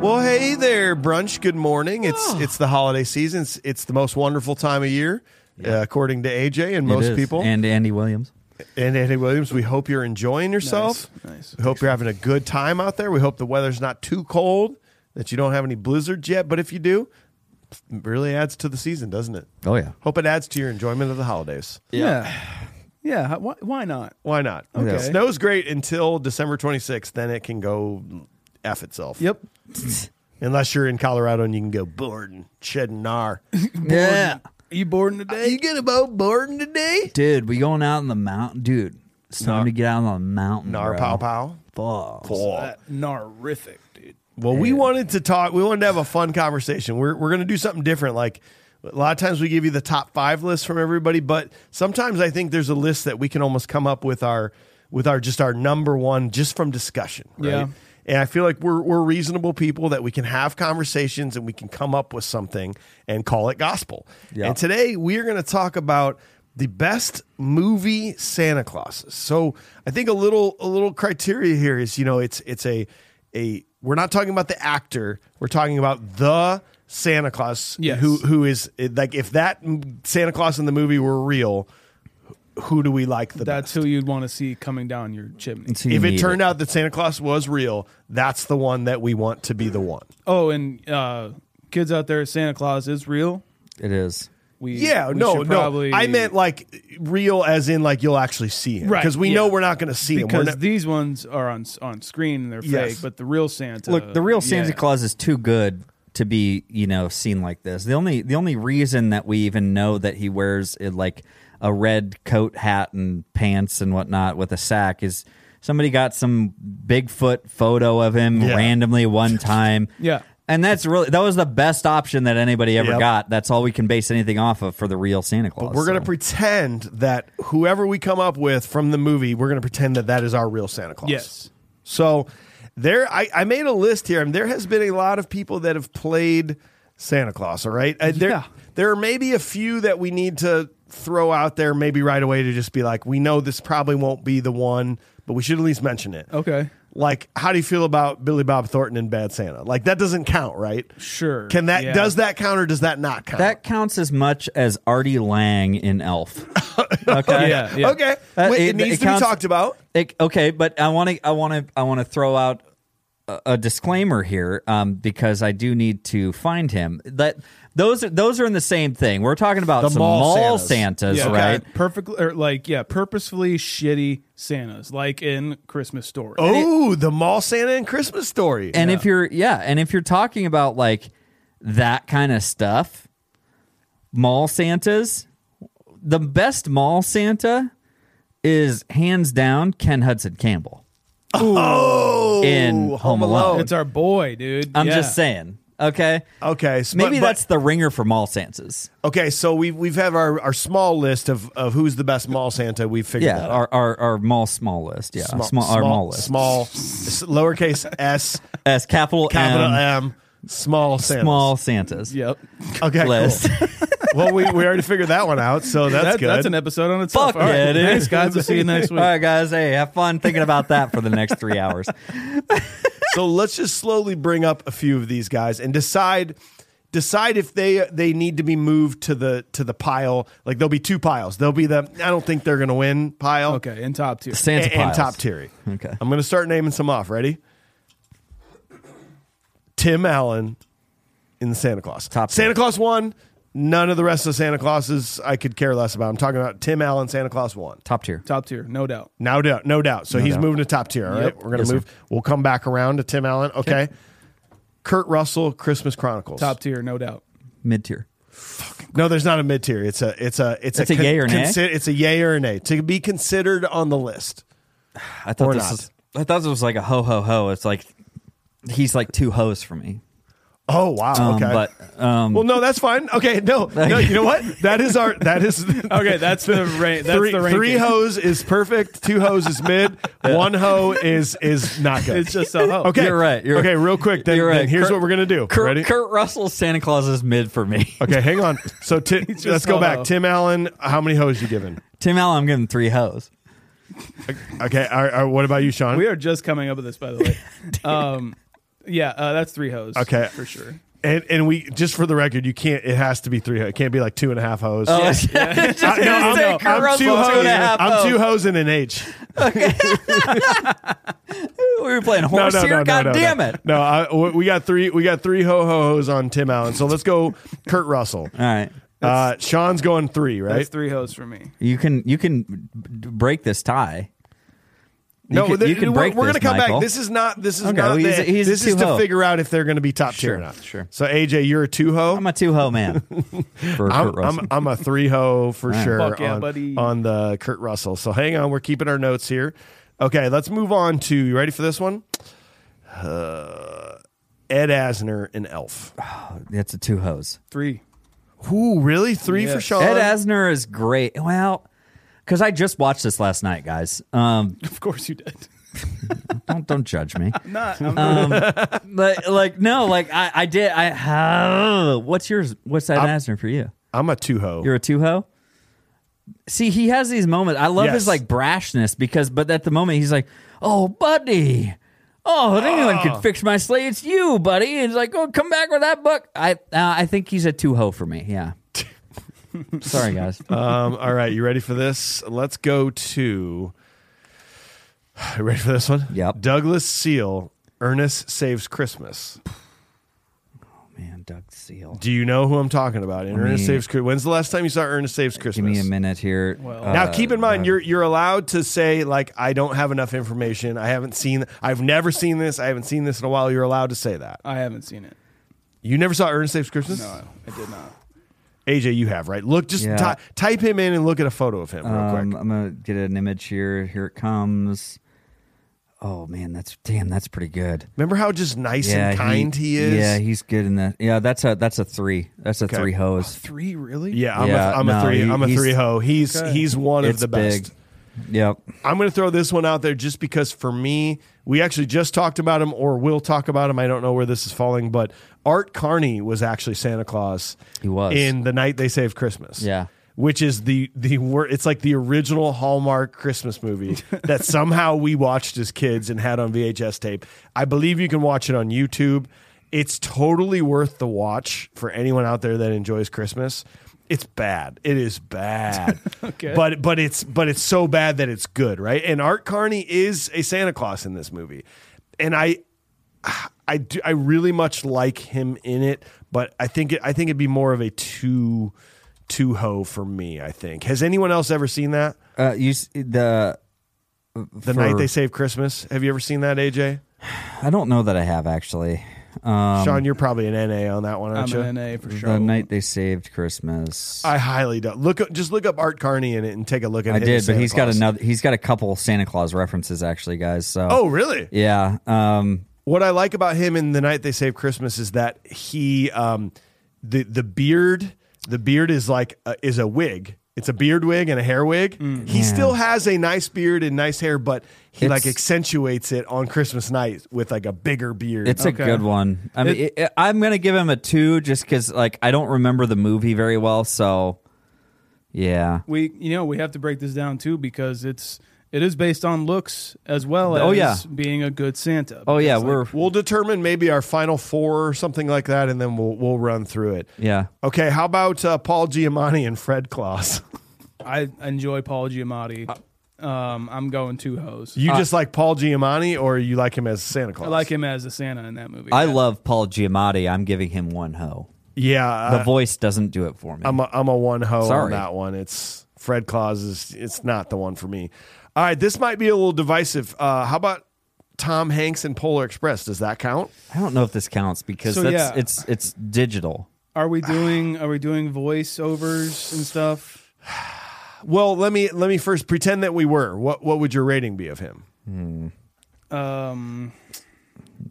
Well, hey there, brunch. Good morning. It's it's the holiday season. It's, it's the most wonderful time of year, uh, according to AJ and It most is. people. And, and Andy Williams. Andy Williams, we hope you're enjoying yourself. Nice, nice. We hope you're having a good time out there. We hope the weather's not too cold, that you don't have any blizzards yet. But if you do, it really adds to the season, doesn't it? Oh yeah, Hope it adds to your enjoyment of the holidays. Yeah. Yeah. Why, why not? Why not? Okay. Snow's great until December 26th. Then it can go F itself. Yep. Unless you're in Colorado and you can go boarding, shedding gnar. yeah, Are you boarding today? you gonna go boarding today? dude. We going out in the mountain, dude. It's time Nar- to get out on the mountain. Nar bro. pow pow. Balls. Paw. That Narific, dude. Well, we wanted to talk. We wanted to have a fun conversation. We're we're gonna do something different. Like a lot of times we give you the top five list from everybody, but sometimes I think there's a list that we can almost come up with our with our just our number one just from discussion. Right? Yeah. And I feel like we're we're reasonable people that we can have conversations and we can come up with something and call it gospel. Yeah. And today we are going to talk about the best movie Santa Clauses. So I think a little a little criteria here is you know it's it's a a we're not talking about the actor we're talking about the Santa Claus Yes. who who is like if that Santa Claus in the movie were real who do we like the That's best? who you'd want to see coming down your chimney. It's who you if it need turned out that Santa Claus was real, that's the one that we want to be the one. Oh, and uh, kids out there, Santa Claus is real. it is. We Yeah, we no, should no. probably- I meant like real, as in like you'll actually see him, Right, Because we yeah. know we're not going to see him. We're because not- these ones are on on screen and they're Yes. fake, but the real Santa. Look, the real Santa yeah. Claus is too good to be, you know, seen like this. The only the only reason that we even know that he wears uh, like a red coat, hat, and pants and whatnot with a sack is somebody got some Bigfoot photo of him Yeah. randomly one time. Yeah. And that's really that was the best option that anybody ever Yep. got. That's all we can base anything off of for the real Santa Claus. We're going to so. pretend that whoever we come up with from the movie, we're going to pretend that that is our real Santa Claus. Yes. So there, I, I made a list here, and there has been a lot of people that have played Santa Claus. All right, And there Yeah. there are maybe a few that we need to throw out there, maybe right away to just be like, we know this probably won't be the one, but we should at least mention it. Okay. Like, how do you feel about Billy Bob Thornton and Bad Santa? Like that doesn't count, right? Sure. Can that Yeah. does that count or does that not count? that counts as much as Artie Lang in Elf. Okay. Yeah, yeah. Okay, That- Wait, it, Uh, it- needs it to counts- be talked about. It- okay, but I want to, I want to, I want to throw out a, a disclaimer here, um, because I do need to find him. That those are those are in the same thing. We're talking about The some mall mall Santas. Santas, Yeah, right? Perfectly, or like yeah, purposefully shitty Santas, like in Christmas Story. Oh, the mall Santa and Christmas story. And if you're, yeah, and if you're talking about like that kind of stuff, mall Santas, the best mall Santa is hands down Ken Hudson Campbell oh, in Home Alone. It's our boy, dude. I'm Yeah. just saying. Okay. Okay, so- Maybe Uh, but- but- that's the ringer for mall Santas. Okay, so we've we've have our, our small list of, of who's the best mall Santa. We've figured Yeah, that our, our our mall small list. Yeah, small, our mall list. small s- lowercase s S capital, capital M, M small Santa small Santas Yep. okay cool. list. well, we, we already figured that one out, so that's That- good. That's an episode on itself. Fuck yeah, dude. Thanks, guys. We'll see you next week. All right, guys. Hey, have fun thinking about that for the next three hours. so let's just slowly bring up a few of these guys and decide decide if they they need to be moved to the to the pile. Like there'll be two piles. There'll be the I don't think they're gonna win pile. Okay, in top tier. And, Santa and piles. top tier. Okay. I'm going to start naming some off. Ready? Tim Allen in the Santa Claus. Top Santa tier. Claus one, None of the rest of Santa Clauses I could care less about. I'm talking about Tim Allen, Santa Claus One. Top tier. Top tier, no doubt. No doubt, no doubt. So he's doubt. moving to top tier. All right, we're gonna Yes, sir. move. We'll come back around to Tim Allen. Okay. Kurt Russell, Christmas Chronicles. Top tier, no doubt. Mid tier. No, there's not a mid tier. It's a it's a it's It's a yay or nay? It's a yay or nay to be considered on the list. I thought Or this not. was, I thought this was like a ho ho ho. It's like he's like two hoes for me. Oh wow. Um, okay. But um, well, no, that's fine. Okay, no, no. You know what? That is our that is Okay, that's the range. That's three the range. three hoes is perfect. Two hoes is mid. One hoe is is not good. It's just a hoe. okay. You're right, you're- okay, real quick. Then, you're right. then here's Kurt- what we're gonna do. Kurt, Ready? Kurt Russell's Santa Claus is mid for me. Okay, hang on. So Ti- let's just go a back. hoe. Tim Allen, how many hoes you given? Tim Allen, I'm giving three hoes. Okay. all right, all right, what about you, Sean? We are just coming up with this, by the way. Um, yeah, uh, that's three hoes. Okay. for sure. and and we just for the record, you can't. It has to be three. hoes. It can't be like two and a half hoes. Oh, I, no, gonna I'm, say no, Kurt I'm two Russell, hoes. two and a half I'm hoes. two hoes and an H. we were playing No, horse no, here. no, God no, no, damn no. it! No, I, w- we got three. We got three ho ho hoes on Tim Allen. So let's go, Kurt Russell. All right, Uh, Sean's going three, right? That's three hoes for me. you can you can b- break this tie. You no, can, there- you can we're, break we're this, gonna come Michael. back. This is not. This is Okay, not. well, he's the- a- he's a this is to two-ho. figure out if they're going to be top tier Sure, or not. sure. So AJ, you're a two ho. I'm a two ho man. For Kurt I'm, Russell. I'm, I'm a three ho for sure Fuck yeah, on, buddy. on the Kurt Russell. So hang on, we're keeping our notes here. Okay, let's move on to you ready for this one? Uh, Ed Asner and Elf. That's a two hoes. Three. Ooh, really? Three Yes. for Sean? Ed Asner is great. Well, because I just watched this last night, guys. Um, Of course you did. Uh, don't don't judge me. Um, Not. I'm But like no, like I, I did. I uh, what's yours? What's Ed Asner for you? I'm a two ho. You're a two ho. See, he has these moments. I love Yes. his like brashness because, but at the moment he's like, "Oh, buddy, oh, if anyone Ah. could fix my sleigh, it's you, buddy." And he's like, "Oh, come back with that book." I uh, I think he's a two ho for me. Yeah. Sorry, guys. Um, all right, you ready for this? Let's go to. You ready for this one? Yep. Douglas Seal, Ernest Saves Christmas. Man, Doug Seal. Do you know who I'm talking about? In Ernest Saves Christmas. When's the last time you saw Ernest Saves Christmas? Give me a minute here. Now Uh, keep in mind you're you're allowed to say like I don't have enough information. I haven't seen I've never seen this. I haven't seen this in a while. You're allowed to say that. I haven't seen it. You never saw Ernest Saves Christmas? No, I I did not. AJ, you have, right? Look just Yeah. ty- type him in and look at a photo of him real Um, quick. I'm gonna get an image here. Here it comes. Oh man, that's damn. That's pretty good. Remember how just nice Yeah, and kind he, is? Yeah, he's good in that. Yeah, that's a that's a three. That's a Okay. three hose. Three, really? Yeah, I'm, Yeah, a, I'm a no, three. he- I'm a he's- three ho. He's Okay. he's one of It's the best. big. Yep. I'm going to throw this one out there just because for me, we actually just talked about him or will talk about him. I don't know where this is falling, but Art Carney was actually Santa Claus. He was. in the night they saved Christmas. Yeah. Which is the the wor- it's like the original Hallmark Christmas movie that somehow we watched as kids and had on VHS tape. I believe you can watch it on YouTube. It's totally worth the watch for anyone out there that enjoys Christmas. It's bad. It is bad. Okay. But but it's but it's so bad that it's good, right? And Art Carney is a Santa Claus in this movie. And I I do I really much like him in it, but I think it, I think it'd be more of a two two ho for me. I think. Has anyone else ever seen that? Uh, you s- the The night they save Christmas. Have you ever seen that, AJ? I don't know that I have actually. Um, Sean, you're probably an NA on that one, aren't I'm you? an NA for sure. the night they saved Christmas. I highly doubt. Look, up- just look up Art Carney in it and take a look at. I him did, as but Santa he's got Claus. another. He's got a couple Santa Claus references actually, guys. So Oh, really? yeah. Um, What I like about him in the night they save Christmas is that he, um, the the beard, the beard is like a, is a wig. It's a beard wig and a hair wig. he still has a nice beard and nice hair, but he like Mm. It's- accentuates it on Christmas night with like a bigger beard. It's Okay. a good one. I mean, it, it- I'm gonna give him a two just because like I don't remember the movie very well. So, yeah. we, you know, we have to break this down too because it's it is based on looks as well Oh, as yeah. being a good Santa. Oh yeah, Because, like, we're we'll determine maybe our final four or something like that, and then we'll we'll run through it. yeah. Okay, how about uh, Paul Giamatti and Fred Claus? I enjoy Paul Giamatti. Um, I'm going two hoes. You Uh, just like Paul Giamatti, or you like him as Santa Claus? I like him as a Santa in that movie. I Yeah. love Paul Giamatti. I'm giving him one hoe. Yeah, uh, The voice doesn't do it for me. I'm a, I'm a one ho on Sorry. that one. It's Fred Claus is it's not the one for me. All right, this might be a little divisive. Uh, how about Tom Hanks and Polar Express? Does that count? I don't know if this counts because So, that's yeah. it's it's digital. Are we doing are we doing voiceovers and stuff? Well, let me let me first pretend that we were. What what would your rating be of him? Um,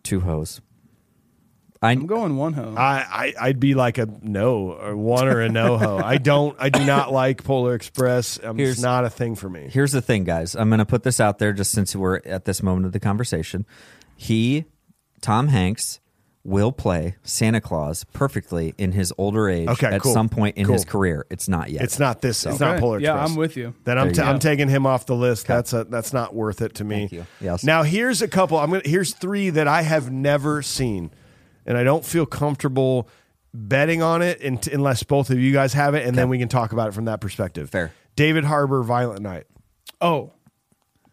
Two hoes. I I'm going one ho. I, I I'd be like a no or one or a no ho. I don't I do not like Polar Express. Um, it's Here's- not a thing for me. here's the thing, guys. I'm going to put this out there just since we're at this moment of the conversation. He, Tom Hanks, will play Santa Claus perfectly in his older age Okay, at cool. some point in his Cool. career. It's not yet. It's not this. It's not Okay. Polar Yeah, Express. I'm with you. Then I'm, There ta- you go. I'm taking him off the list. That's a that's not worth it to me. Thank you. Yes. Now here's a couple. I'm gonna here's three that I have never seen, and I don't feel comfortable betting on it un- unless both of you guys have it, and then we can talk about it from that perspective. Fair. David Harbor, Violent Night. oh,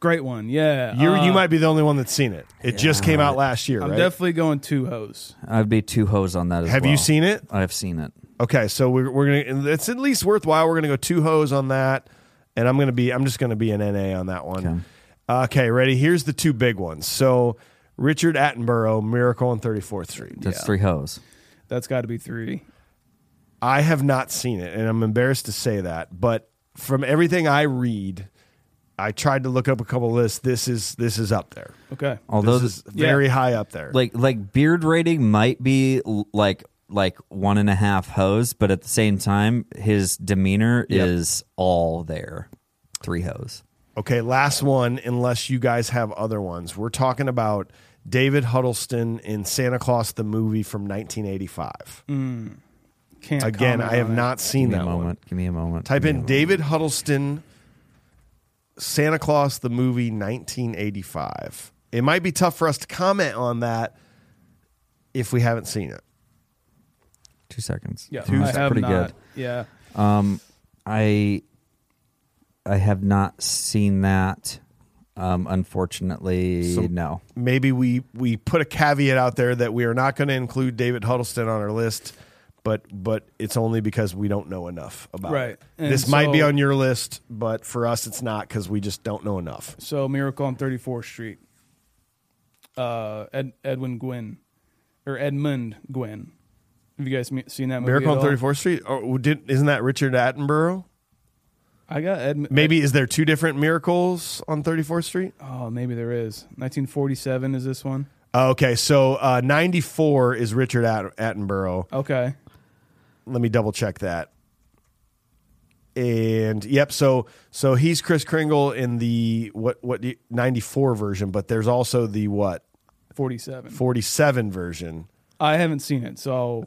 great one. Yeah, You Uh, you might be the only one that's seen it. It just came out last year, I'm right? definitely going two hoes. I'd be two hoes on that as have well. you seen it? I've seen it. Okay, so we're we're gonna. It's at least worthwhile. We're gonna go two hoes on that, and I'm gonna be. I'm just gonna be an NA on that one. Okay, ready. Here's the two big ones. So Richard Attenborough, Miracle on 34th Street. That's three hoes. That's got to be three. I have not seen it, and I'm embarrassed to say that, but from everything I read, I tried to look up a couple lists. This is this is up there. Okay. Although this is th- very high up there. like like beard rating might be l- like like one and a half hoes, but at the same time, his demeanor is all there. Three hoes. Okay, last one, unless you guys have other ones. We're talking about David Huddleston in Santa Claus the movie from 1985. Mm. Can't Again, comment I have on it. not seen Give me a that moment. one. Give me a moment. Type Give me a in moment. David Huddleston, Santa Claus the movie 1985. It might be tough for us to comment on that if we haven't seen it. Two seconds. Yeah, Two I is have pretty not. good. Yeah, I I have not seen that. Um, unfortunately, no. Maybe we we put a caveat out there that we are not going to include David Huddleston on our list, but but it's only because we don't know enough about Right. it. And this might be so- on your list, but for us it's not because we just don't know enough. so Miracle on 34th Street. Uh, Ed, Edwin Gwynn, or Edmund Gwynn. Have you guys me- seen that movie? Miracle at on all? Thirty Fourth Street. Or did, isn't that Richard Attenborough? I got Edmund. Maybe is there two different miracles on Thirty Fourth Street? Oh, maybe there is. 1947 is this one. Okay, so uh, ninety four is Richard At- Attenborough. Okay. let me double check that. And yep, so so he's Chris Kringle in the what what do you- 94 version, but there's also the what 47. 47 version. I haven't seen it, so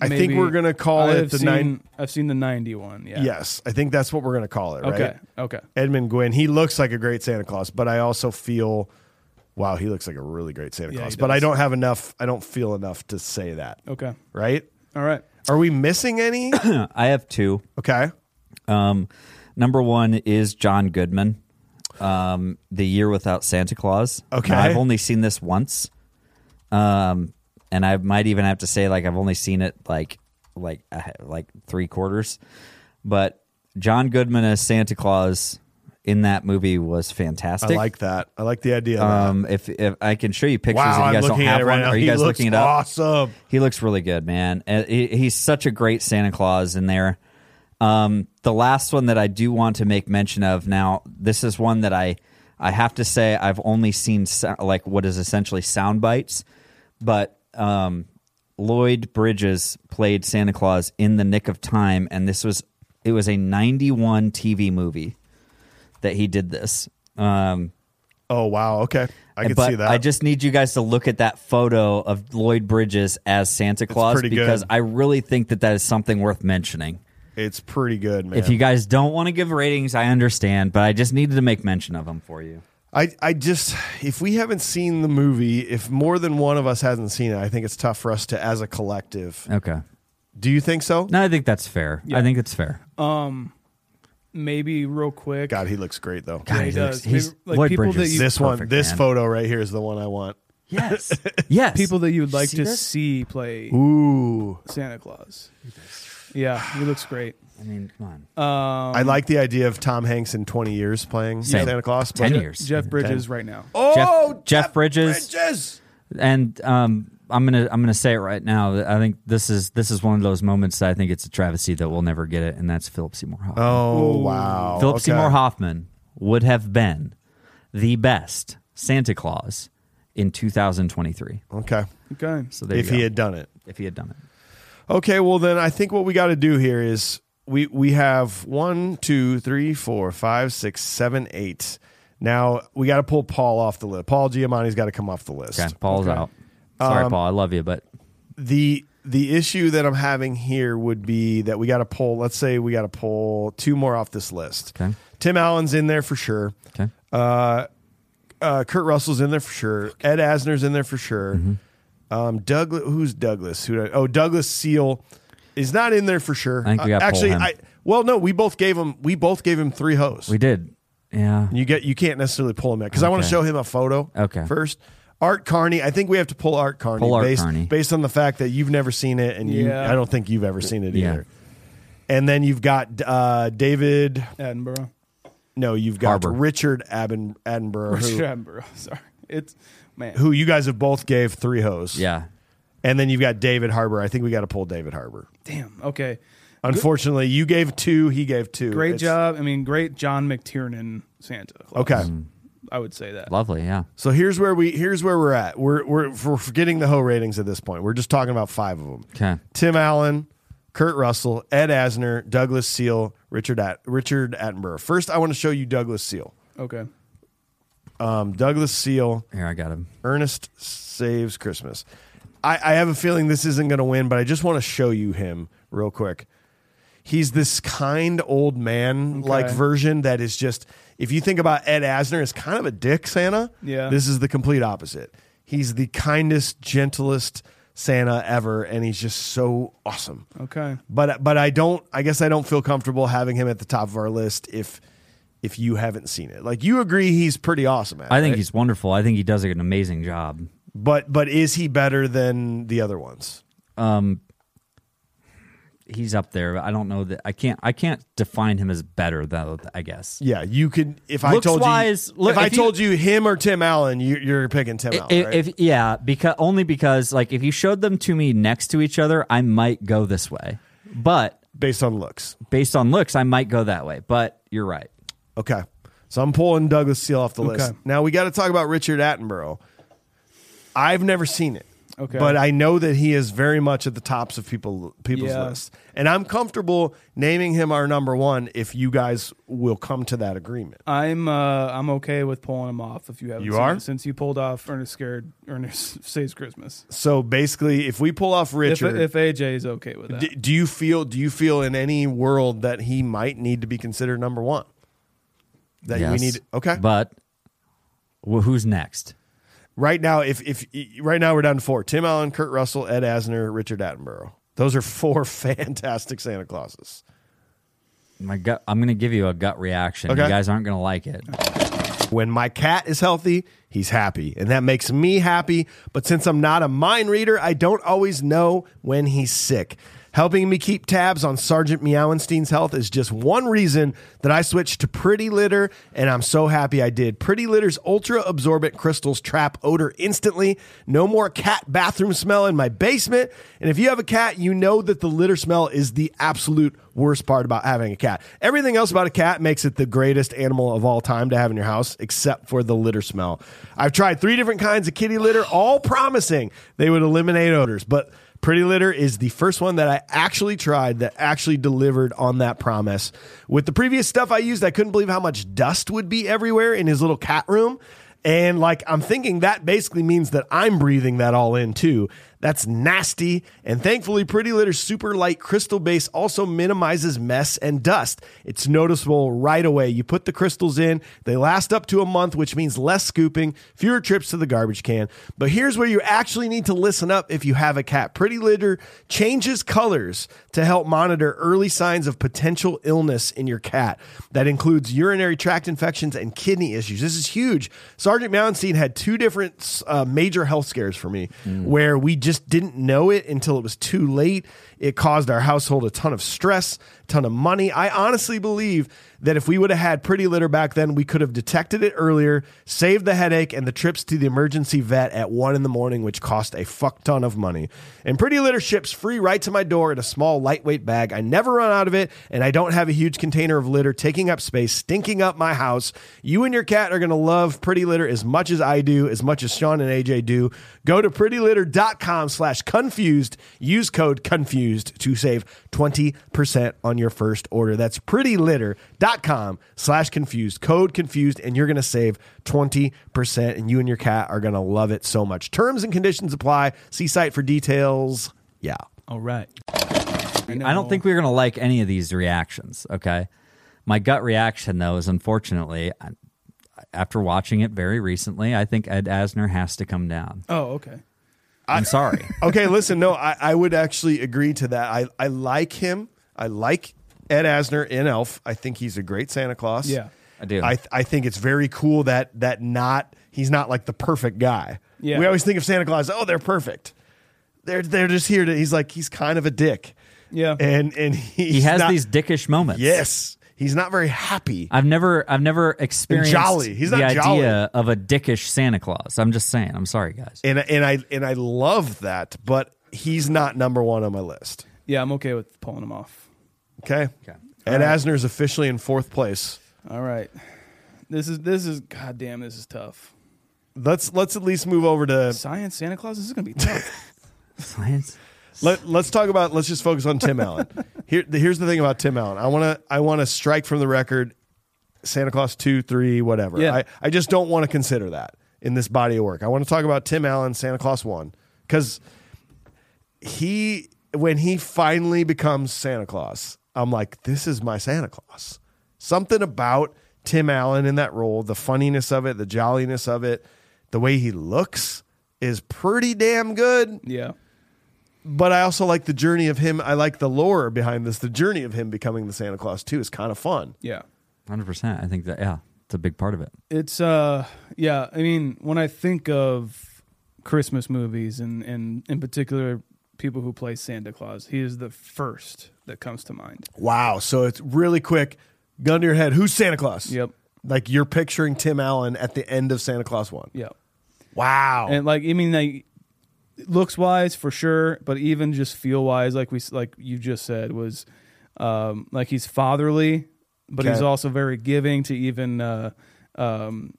I think we're gonna call it I've the seen, nine. I've seen the 91. Yeah. Yes, I think that's what we're gonna call it. Okay. Right? Okay. Edmund Gwynn. He looks like a great Santa Claus, but I also feel, wow, he looks like a really great Santa Yeah, he Claus. But I does. don't have enough. I don't feel enough to say that. Okay. Right? All right. Are we missing any? Uh, I have two. okay. Um, number one is John Goodman. Um, the year without Santa Claus. Okay. I've only seen this once. Um, and I might even have to say like I've only seen it like like uh, like three quarters, but John Goodman as Santa Claus in that movie was I fantastic. like that. I like the idea. Of that. Um, if if I can show you pictures, Wow, if I'm you guys don't looking at have it right one, now. are He you guys looks looking it up? Awesome. He looks really good, man. And he- He's such a great Santa Claus in there. Um, the last one that I do want to make mention of now, this is one that I I have to say I've only seen so- like what is essentially sound bites, but um, Lloyd Bridges played Santa Claus in the Nick of Time, and this was it was a '91 TV movie that he did this. Um, Oh wow. Okay, I can but see that. I just need you guys to look at that photo of Lloyd Bridges as Santa Claus pretty good. because I really think that that is something worth mentioning. it's pretty good, man. If you guys don't want to give ratings, I understand, but I just needed to make mention of them for you. I I just if we haven't seen the movie, if more than one of us hasn't seen it, I think it's tough for us to as a collective. Okay. Do you think so? No, I think that's fair. I think it's fair. Oh, Maybe real quick. God, he looks great though. Yeah, he he does. looks- he's- Maybe, like Lloyd people that Bridges. you this one, perfect, this man. photo right here is the one I want. Yes. yes. People that you would like See to this? see play Ooh, Santa Claus. Yeah, he looks great. I mean, come on. Um, I like the idea of Tom Hanks in 20 years playing Same. Santa Claus. Ten but- years. Jeff Bridges right now. Oh, Jeff- Jeff Bridges. Bridges. and um, I'm gonna I'm gonna say it right now. I think this is this is one of those moments that I think it's a travesty that we'll never get it, and that's Philip Seymour Hoffman. Oh wow, Philip Okay. Seymour Hoffman would have been the best Santa Claus in 2023. Okay, Okay. So there if you go. he had done it. if he had done it, Okay, well then I think what we got to do here is we we have one, two, three, four, five, six, seven, eight. Now we got to pull Paul off the list. Paul Giamatti's got to come off the list. okay, Paul's out. Sorry, Um, Paul, I love you, but The the issue that I'm having here would be that we got to pull. Let's say we got to pull two more off this list. Okay. Tim Allen's in there for sure. okay, Uh, Kurt Russell's in there for sure. Ed Asner's in there for sure. Mm-hmm. Um, Douglas, who's Douglas? Who? did I- oh, Douglas Seal is not in there for sure. Uh, I think we gotta actually, poll him. I well, no, we both gave him. We both gave him three hosts. we did. Yeah, you get you can't necessarily pull him out because I want to Okay. show him a photo. Okay. First, Art Carney. I think we have to pull Art Carney Pull Art based Carney. based on the fact that you've never seen it, and you Yeah. I don't think you've ever seen it Yeah. either. And then you've got uh, David. Edinburgh. No, you've got Harbour. Richard Aben, Attenborough, Richard who, Edinburgh. Sorry. It's, man. who you guys have both gave three hoes. yeah. And then you've got David Harbor. I think we got to pull David Harbor. Damn. Okay. Unfortunately, you gave two. He gave two. Great It's- job. I mean, great John McTiernan Santa. Claus. Okay. Mm. I would say that. Lovely, yeah. So here's where we here's where we're at. We're we're, we're forgetting the hoe ratings at this point. We're just talking about five of them. Okay. Tim Allen, Kurt Russell, Ed Asner, Douglas Seal, Richard At- Richard Attenborough. First, I want to show you Douglas Seal. Okay. Um, Douglas Seal, Here I got him. Ernest Saves Christmas. I, I have a feeling this isn't going to win, but I just want to show you him real quick. He's this kind old man like Okay. version that is just, if you think about Ed Asner as kind of a dick Santa, Yeah. this is the complete opposite. He's the kindest, gentlest Santa ever, and he's just so awesome. Okay. But but I don't. I guess I don't feel comfortable having him at the top of our list if if you haven't seen it. Like you agree, he's pretty awesome. At it, I think right? he's wonderful. I think he does an amazing job. But but is he better than the other ones? He's up there. but I don't know that I can't. I can't define him as better though. I guess. Yeah, you could. If I Looks told wise, you, look- if, I if you- told you him or Tim Allen, you, you're picking Tim Allen. If, right? if- yeah, because only because like if you showed them to me next to each other, I might go this way. But based on looks, based on looks, I might go that way. But you're right. okay. So I'm pulling Douglas Seal off the list. Okay. Now we got to talk about Richard Attenborough. I've never seen it. Okay. But I know that he is very much at the tops of people people's Yeah. lists. And I'm comfortable naming him our number one if you guys will come to that agreement. I'm uh, I'm okay with pulling him off if you haven't. You seen are? it, since you pulled off Ernest Scared Ernest Saves Christmas. So basically, if we pull off If, Richard, if AJ is okay with that, d- do you feel do you feel in any world that he might need to be considered number one? That we Yes. need okay. But wh- who's next? right now, if if right now we're down to four: Tim Allen, Kurt Russell, Ed Asner, Richard Attenborough. Those are four fantastic Santa Clauses. My gut. I'm gonna give you a gut reaction. Okay. You guys aren't gonna like it. When my cat is healthy, he's happy, and that makes me happy. But since I'm not a mind reader, I don't always know when he's sick. Helping me keep tabs on Sergeant Meowenstein's health is just one reason that I switched to Pretty Litter, and I'm so happy I did. Pretty Litter's ultra absorbent crystals trap odor instantly. No more cat bathroom smell in my basement. And if you have a cat, you know that the litter smell is the absolute worst part about having a cat. Everything else about a cat makes it the greatest animal of all time to have in your house, except for the litter smell. I've tried three different kinds of kitty litter, all promising they would eliminate odors, but Pretty Litter is the first one that I actually tried that actually delivered on that promise. With the previous stuff I used, I couldn't believe how much dust would be everywhere in his little cat room. And like I'm thinking that basically means that I'm breathing that all in too. That's nasty. And thankfully, Pretty Litter's super light crystal base also minimizes mess and dust. It's noticeable right away. You put the crystals in, they last up to a month, which means less scooping, fewer trips to the garbage can. But here's where you actually need to listen up if you have a cat. Pretty Litter changes colors to help monitor early signs of potential illness in your cat. That includes urinary tract infections and kidney issues. This is huge. Sergeant Mountain had two different uh, major health scares for me where we just didn't know it until it was too late. It caused our household a ton of stress, ton of money. I honestly believe that if we would have had pretty litter back then, we could have detected it earlier, saved the headache and the trips to the emergency vet at one in the morning, which cost a fuck ton of money. And pretty litter ships free right to my door in a small, lightweight bag. I never run out of it, and I don't have a huge container of litter taking up space, stinking up my house. You and your cat are going to love pretty litter as much as I do, as much as Sean and AJ do. Go to prettylitter.com slash confused. Use code confused to save 20% on your first order. That's prettylitter.com slash confused, code confused, and you're going to save 20%. And you and your cat are going to love it so much. Terms and conditions apply. See site for details. Yeah. All right. I don't think we are going to like any of these reactions. Okay. My gut reaction, though, is unfortunately, I- after watching it very recently, I think Ed Asner has to come down. Oh, okay. I'm sorry. Okay, listen, no, I, I would actually agree to that. I, I like him. I like Ed Asner in Elf. I think he's a great Santa Claus. Yeah. I do. I, th- I think it's very cool that that not he's not like the perfect guy. Yeah. We always think of Santa Claus, oh, they're perfect. They're they're just here to he's like he's kind of a dick. Yeah. And and he's he has not- these dickish moments. Yes. He's not very happy. I've never, I've never experienced jolly. He's the not jolly. idea of a dickish Santa Claus. I'm just saying. I'm sorry, guys. and and I and I love that, but he's not number one on my list. Yeah, I'm okay with pulling him off. Okay. Okay. Ed Asner is officially in fourth place. All right. This is this is goddamn. This is tough. Let's let's at least move over to Science Santa Claus. This is gonna be tough. Science. Let, let's talk about. Let's just focus on Tim Allen. Here, the- here's the thing about Tim Allen. I want to. I want to strike from the record. Santa Claus two, three, whatever. Yeah. I, I just don't want to consider that in this body of work. I want to talk about Tim Allen, Santa Claus one, because he when he finally becomes Santa Claus, I'm like, this is my Santa Claus. Something about Tim Allen in that role, the funniness of it, the jolliness of it, the way he looks is pretty damn good yeah. but I also like the journey of him. I like the lore behind this. The journey of him becoming the Santa Claus too is kind of fun. Yeah. 100%. I think that, yeah, it's a big part of it. It's uh yeah, I mean, when I think of Christmas movies and and in particular people who play Santa Claus, he is the first that comes to mind. Wow! So it's really quick. Gun to your head. Who's Santa Claus? Yep. Like you're picturing Tim Allen at the end of Santa Claus one. Yeah. Wow. And like I mean like looks wise for sure, but even just feel wise like we s- like you just said was um like he's fatherly, but he's Okay. also very giving to even uh um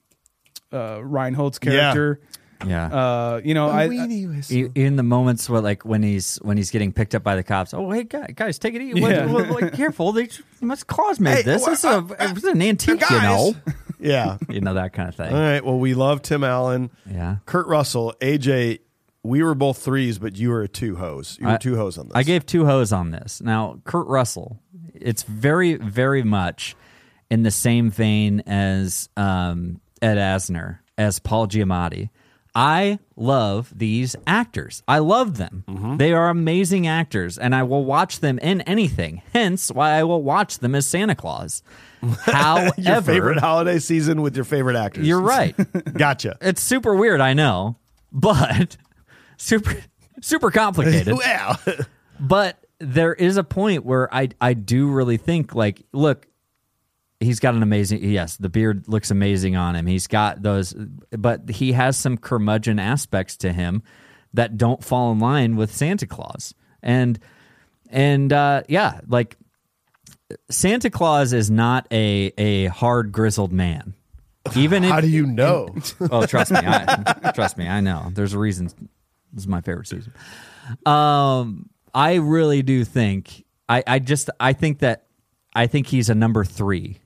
uh Reinhold's character. Yeah. Uh you know, I, I E- in the moments where like when he's when he's getting picked up by the cops oh hey guys, guys take it easy What- Yeah. oh, uh, what- like careful they must cause made Hey, this wha- this is a, it was an antique you know yeah. you know that kind of thing All right. Well, we love Tim Allen. yeah Kurt Russell, AJ. We were both threes, but you were a two hose. You were I- two hose on this. I gave two hoes on this. Now, Kurt Russell, it's very, very much in the same vein as um, Ed Asner, as Paul Giamatti. I love these actors. I love them. Mm-hmm. They are amazing actors, and I will watch them in anything. Hence, why I will watch them as Santa Claus. However, your favorite holiday season with your favorite actors. you're right. Gotcha. it's super weird, I know, but super, super complicated wow. but there is a point where I I do really think like look he's got an amazing yes the beard looks amazing on him he's got those but he has some curmudgeon aspects to him that don't fall in line with Santa Claus and and uh, yeah like Santa Claus is not a a hard grizzled man even if How do you know? Oh, trust me. I, trust me. I know. There's a reason. This is my favorite season. Um, I really do think. I, I just. I think that. I think he's a number three.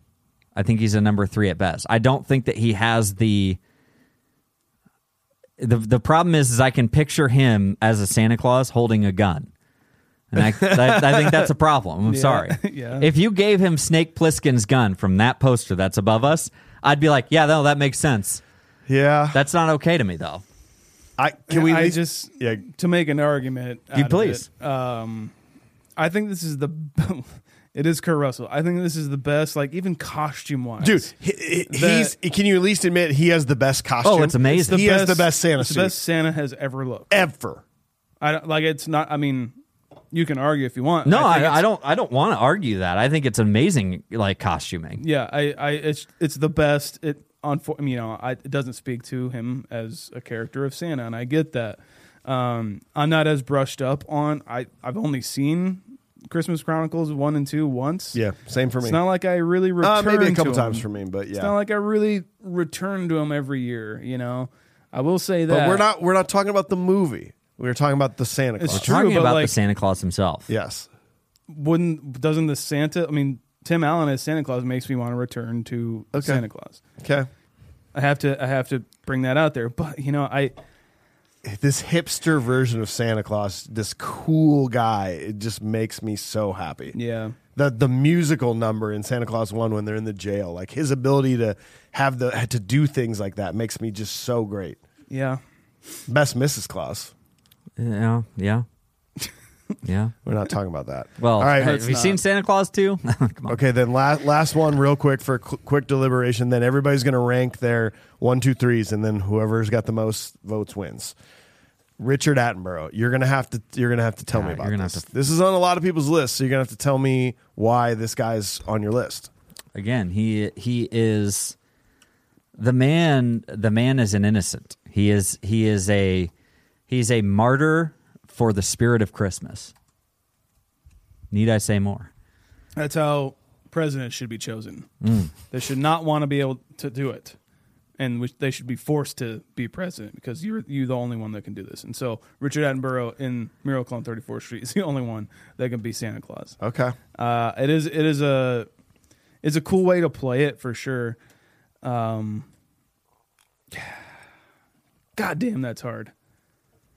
I think he's a number three at best. I don't think that he has the the the problem is, is I can picture him as a Santa Claus holding a gun, and I that, I think that's a problem. I'm sorry. Yeah. If you gave him Snake Plissken's gun from that poster that's above us, I'd be like, yeah, no, that makes sense. Yeah. That's not okay to me though. I can we at I least- just yeah. to make an argument. out You of please. it, um, I think this is the. it is Kurt Russell. I think this is the best. Like even costume wise, Dude, he, he- That- he's. Can you at least admit he has the best costume? Oh, it's amazing. he has the best Santa it's suit The best Santa has ever looked. ever. I don't, like. It's not. I mean, you can argue if you want. No, think I, it's- I, don't. I don't want to argue that. I think it's amazing, like costuming. Yeah, I, I, it's, it's the best. It, unfor- I mean, you know, I, it doesn't speak to him as a character of Santa, and I get that. Um, I'm not as brushed up on. I, I've only seen Christmas Chronicles one and two once. Yeah, same for me. It's not like I really Uh, return. maybe a to couple him. times for me, but It's yeah. not like I really return to him every year. You know, I will say that. but we're not. We're not talking about the movie. We were talking about the Santa Claus. It's true, Talking but about the like- Santa Claus himself. Yes. Wouldn't doesn't the Santa? I mean, Tim Allen as Santa Claus makes me want to return to Okay. Santa Claus. Okay. I have to. I have to bring that out there. But you know, I. This hipster version of Santa Claus, this cool guy, it just makes me so happy. Yeah. the the musical number in Santa Claus One when they're in the jail. Like his ability to have the to do things like that makes me just so great. Yeah. Best Mrs. Claus. Yeah. Yeah. yeah. We're not talking about that. Well, all right. have you seen Santa Claus too? Come on. Okay, then last last one real quick for qu- quick deliberation. Then everybody's going to rank their one, two, threes, and then whoever's got the most votes wins. Richard Attenborough, you're gonna have to you're gonna have to tell me Yeah, about you're gonna this. have to- This is on a lot of people's lists, so you're gonna have to tell me why this guy's on your list. Again, he he is the man. The man is an innocent. He is he is a he's a martyr for the spirit of Christmas. Need I say more? That's how presidents should be chosen. Mm. They should not want to be able to do it, and which they should be forced to be president because you're you the only one that can do this. And so Richard Attenborough in Miracle on 34th Street is the only one that can be Santa Claus. Okay, Uh, it is it is a it's a cool way to play it for sure. Um, God damn, that's hard.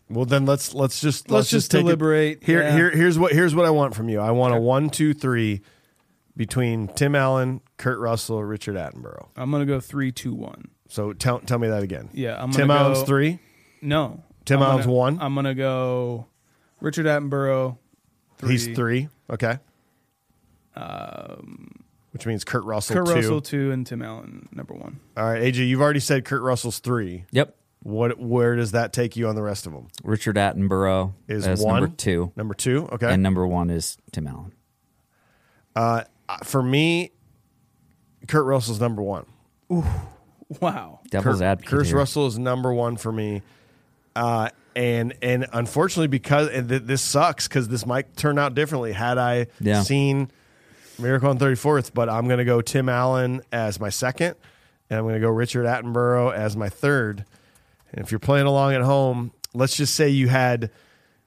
Well, then let's let's just Let's just take it- deliberate, Here, yeah. here, here's what here's what I want from you. I want a one, two, three between Tim Allen, Kurt Russell, Richard Attenborough. I'm gonna go three, two, one. So tell tell me that again. Yeah, I'm Tim gonna Allen's go- three. No, Tim I'm Allen's gonna- one? I'm gonna go Richard Attenborough. He's three. Okay. Um, which means Kurt Russell Um, Kurt two. Russell two and Tim Allen number one. All right, AJ, you've already said Kurt Russell's three. Yep. What? Where does that take you on the rest of them? Richard Attenborough Is as one number two, Number two. Okay. and number one is Tim Allen. Uh, For me, Kurt Russell's number one. Wow. Devil's Kurt- advocate. Curtis here. Russell is number one for me, uh, and and unfortunately because and th- this sucks because this might turn out differently had I Yeah. seen Miracle on Thirty Fourth. But I'm going to go Tim Allen as my second, and I'm going to go Richard Attenborough as my third. And if you're playing along at home, let's just say you had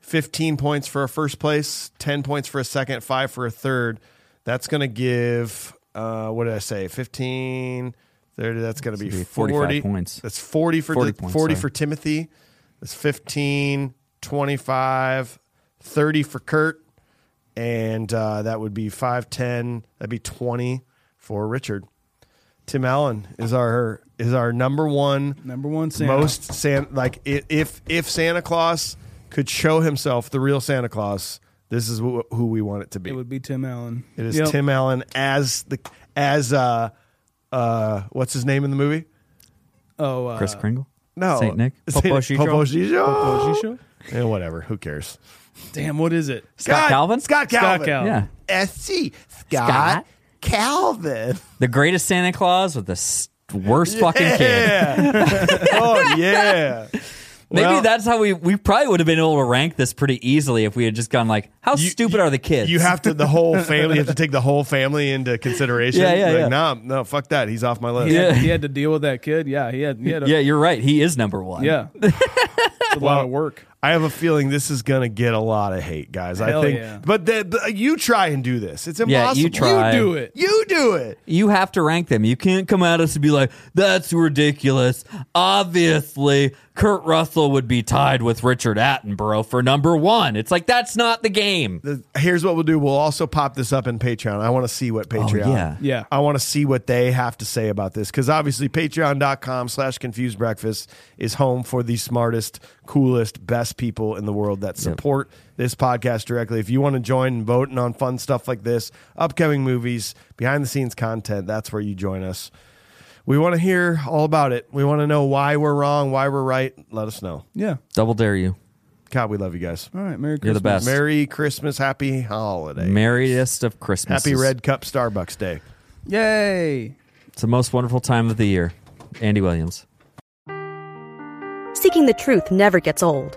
15 points for a first place, 10 points for a second, five for a third. That's going to give, uh, what did I say? 15, 30. That's going to be gonna be 40 45 points. That's 40 for 40, 40 points, 40 sorry. for Timothy. That's 15, 25, 30 for Kurt. And uh, that would be 5, 10. That'd be 20 for Richard. Tim Allen is our is our number one Number one Santa. most San like i- if if Santa Claus could show himself the real Santa Claus, this is wh- who we want it to be. it would be Tim Allen. it is Yep. Tim Allen as the as uh uh what's his name in the movie? Oh, uh, Chris Kringle. No, Saint Nick. Saint- Popo Shishio? Popo Shishio? Popo Shishio? Yeah, whatever. Who cares? Damn, what is it? Scott Calvin? Scott Calvin. Calvin. Yeah. SC. Scott Scott? Calvin. The greatest Santa Claus with the s- worst fucking kid. Yeah. oh yeah. Maybe Well- that's how we we probably would have been able to rank this pretty easily if we had just gone like, how You- stupid you- are the kids? You have to the whole family. You have to take the whole family into consideration. Yeah, yeah, Like, yeah. Nah, no, fuck that. He's off my list. He, Yeah. had, he had to deal with that kid. Yeah, he had. He had a, yeah, you're right. He is number one. yeah. It's a lot of work. I have a feeling this is going to get a lot of hate, guys. Hell I think, yeah. but the, the- you try and do this. It's Yeah, impossible. you try. You do it. You do it. You have to rank them. You can't come at us and be like, "That's ridiculous." Obviously, Kurt Russell would be tied with Richard Attenborough for number one. It's like that's not the game. The- Here's what we'll do. We'll also pop this up in Patreon. I want to see what Patreon. yeah. Yeah. I want to see what they have to say about this because obviously patreon.com slash confused breakfast is home for the smartest, coolest, best people in the world that support this podcast directly. If you want to join and voting on fun stuff like this, upcoming movies, behind the scenes content, that's where you join us. We want to hear all about it. We want to know why we're wrong, why we're right. Let us know. Yeah. Double dare you. God, we love you guys. All right. Merry Christmas. You're the best. Merry Christmas. Happy holiday. Merriest of Christmas. Happy Red Cup Starbucks Day. Yay. It's the most wonderful time of the year. Andy Williams. Seeking the truth never gets old.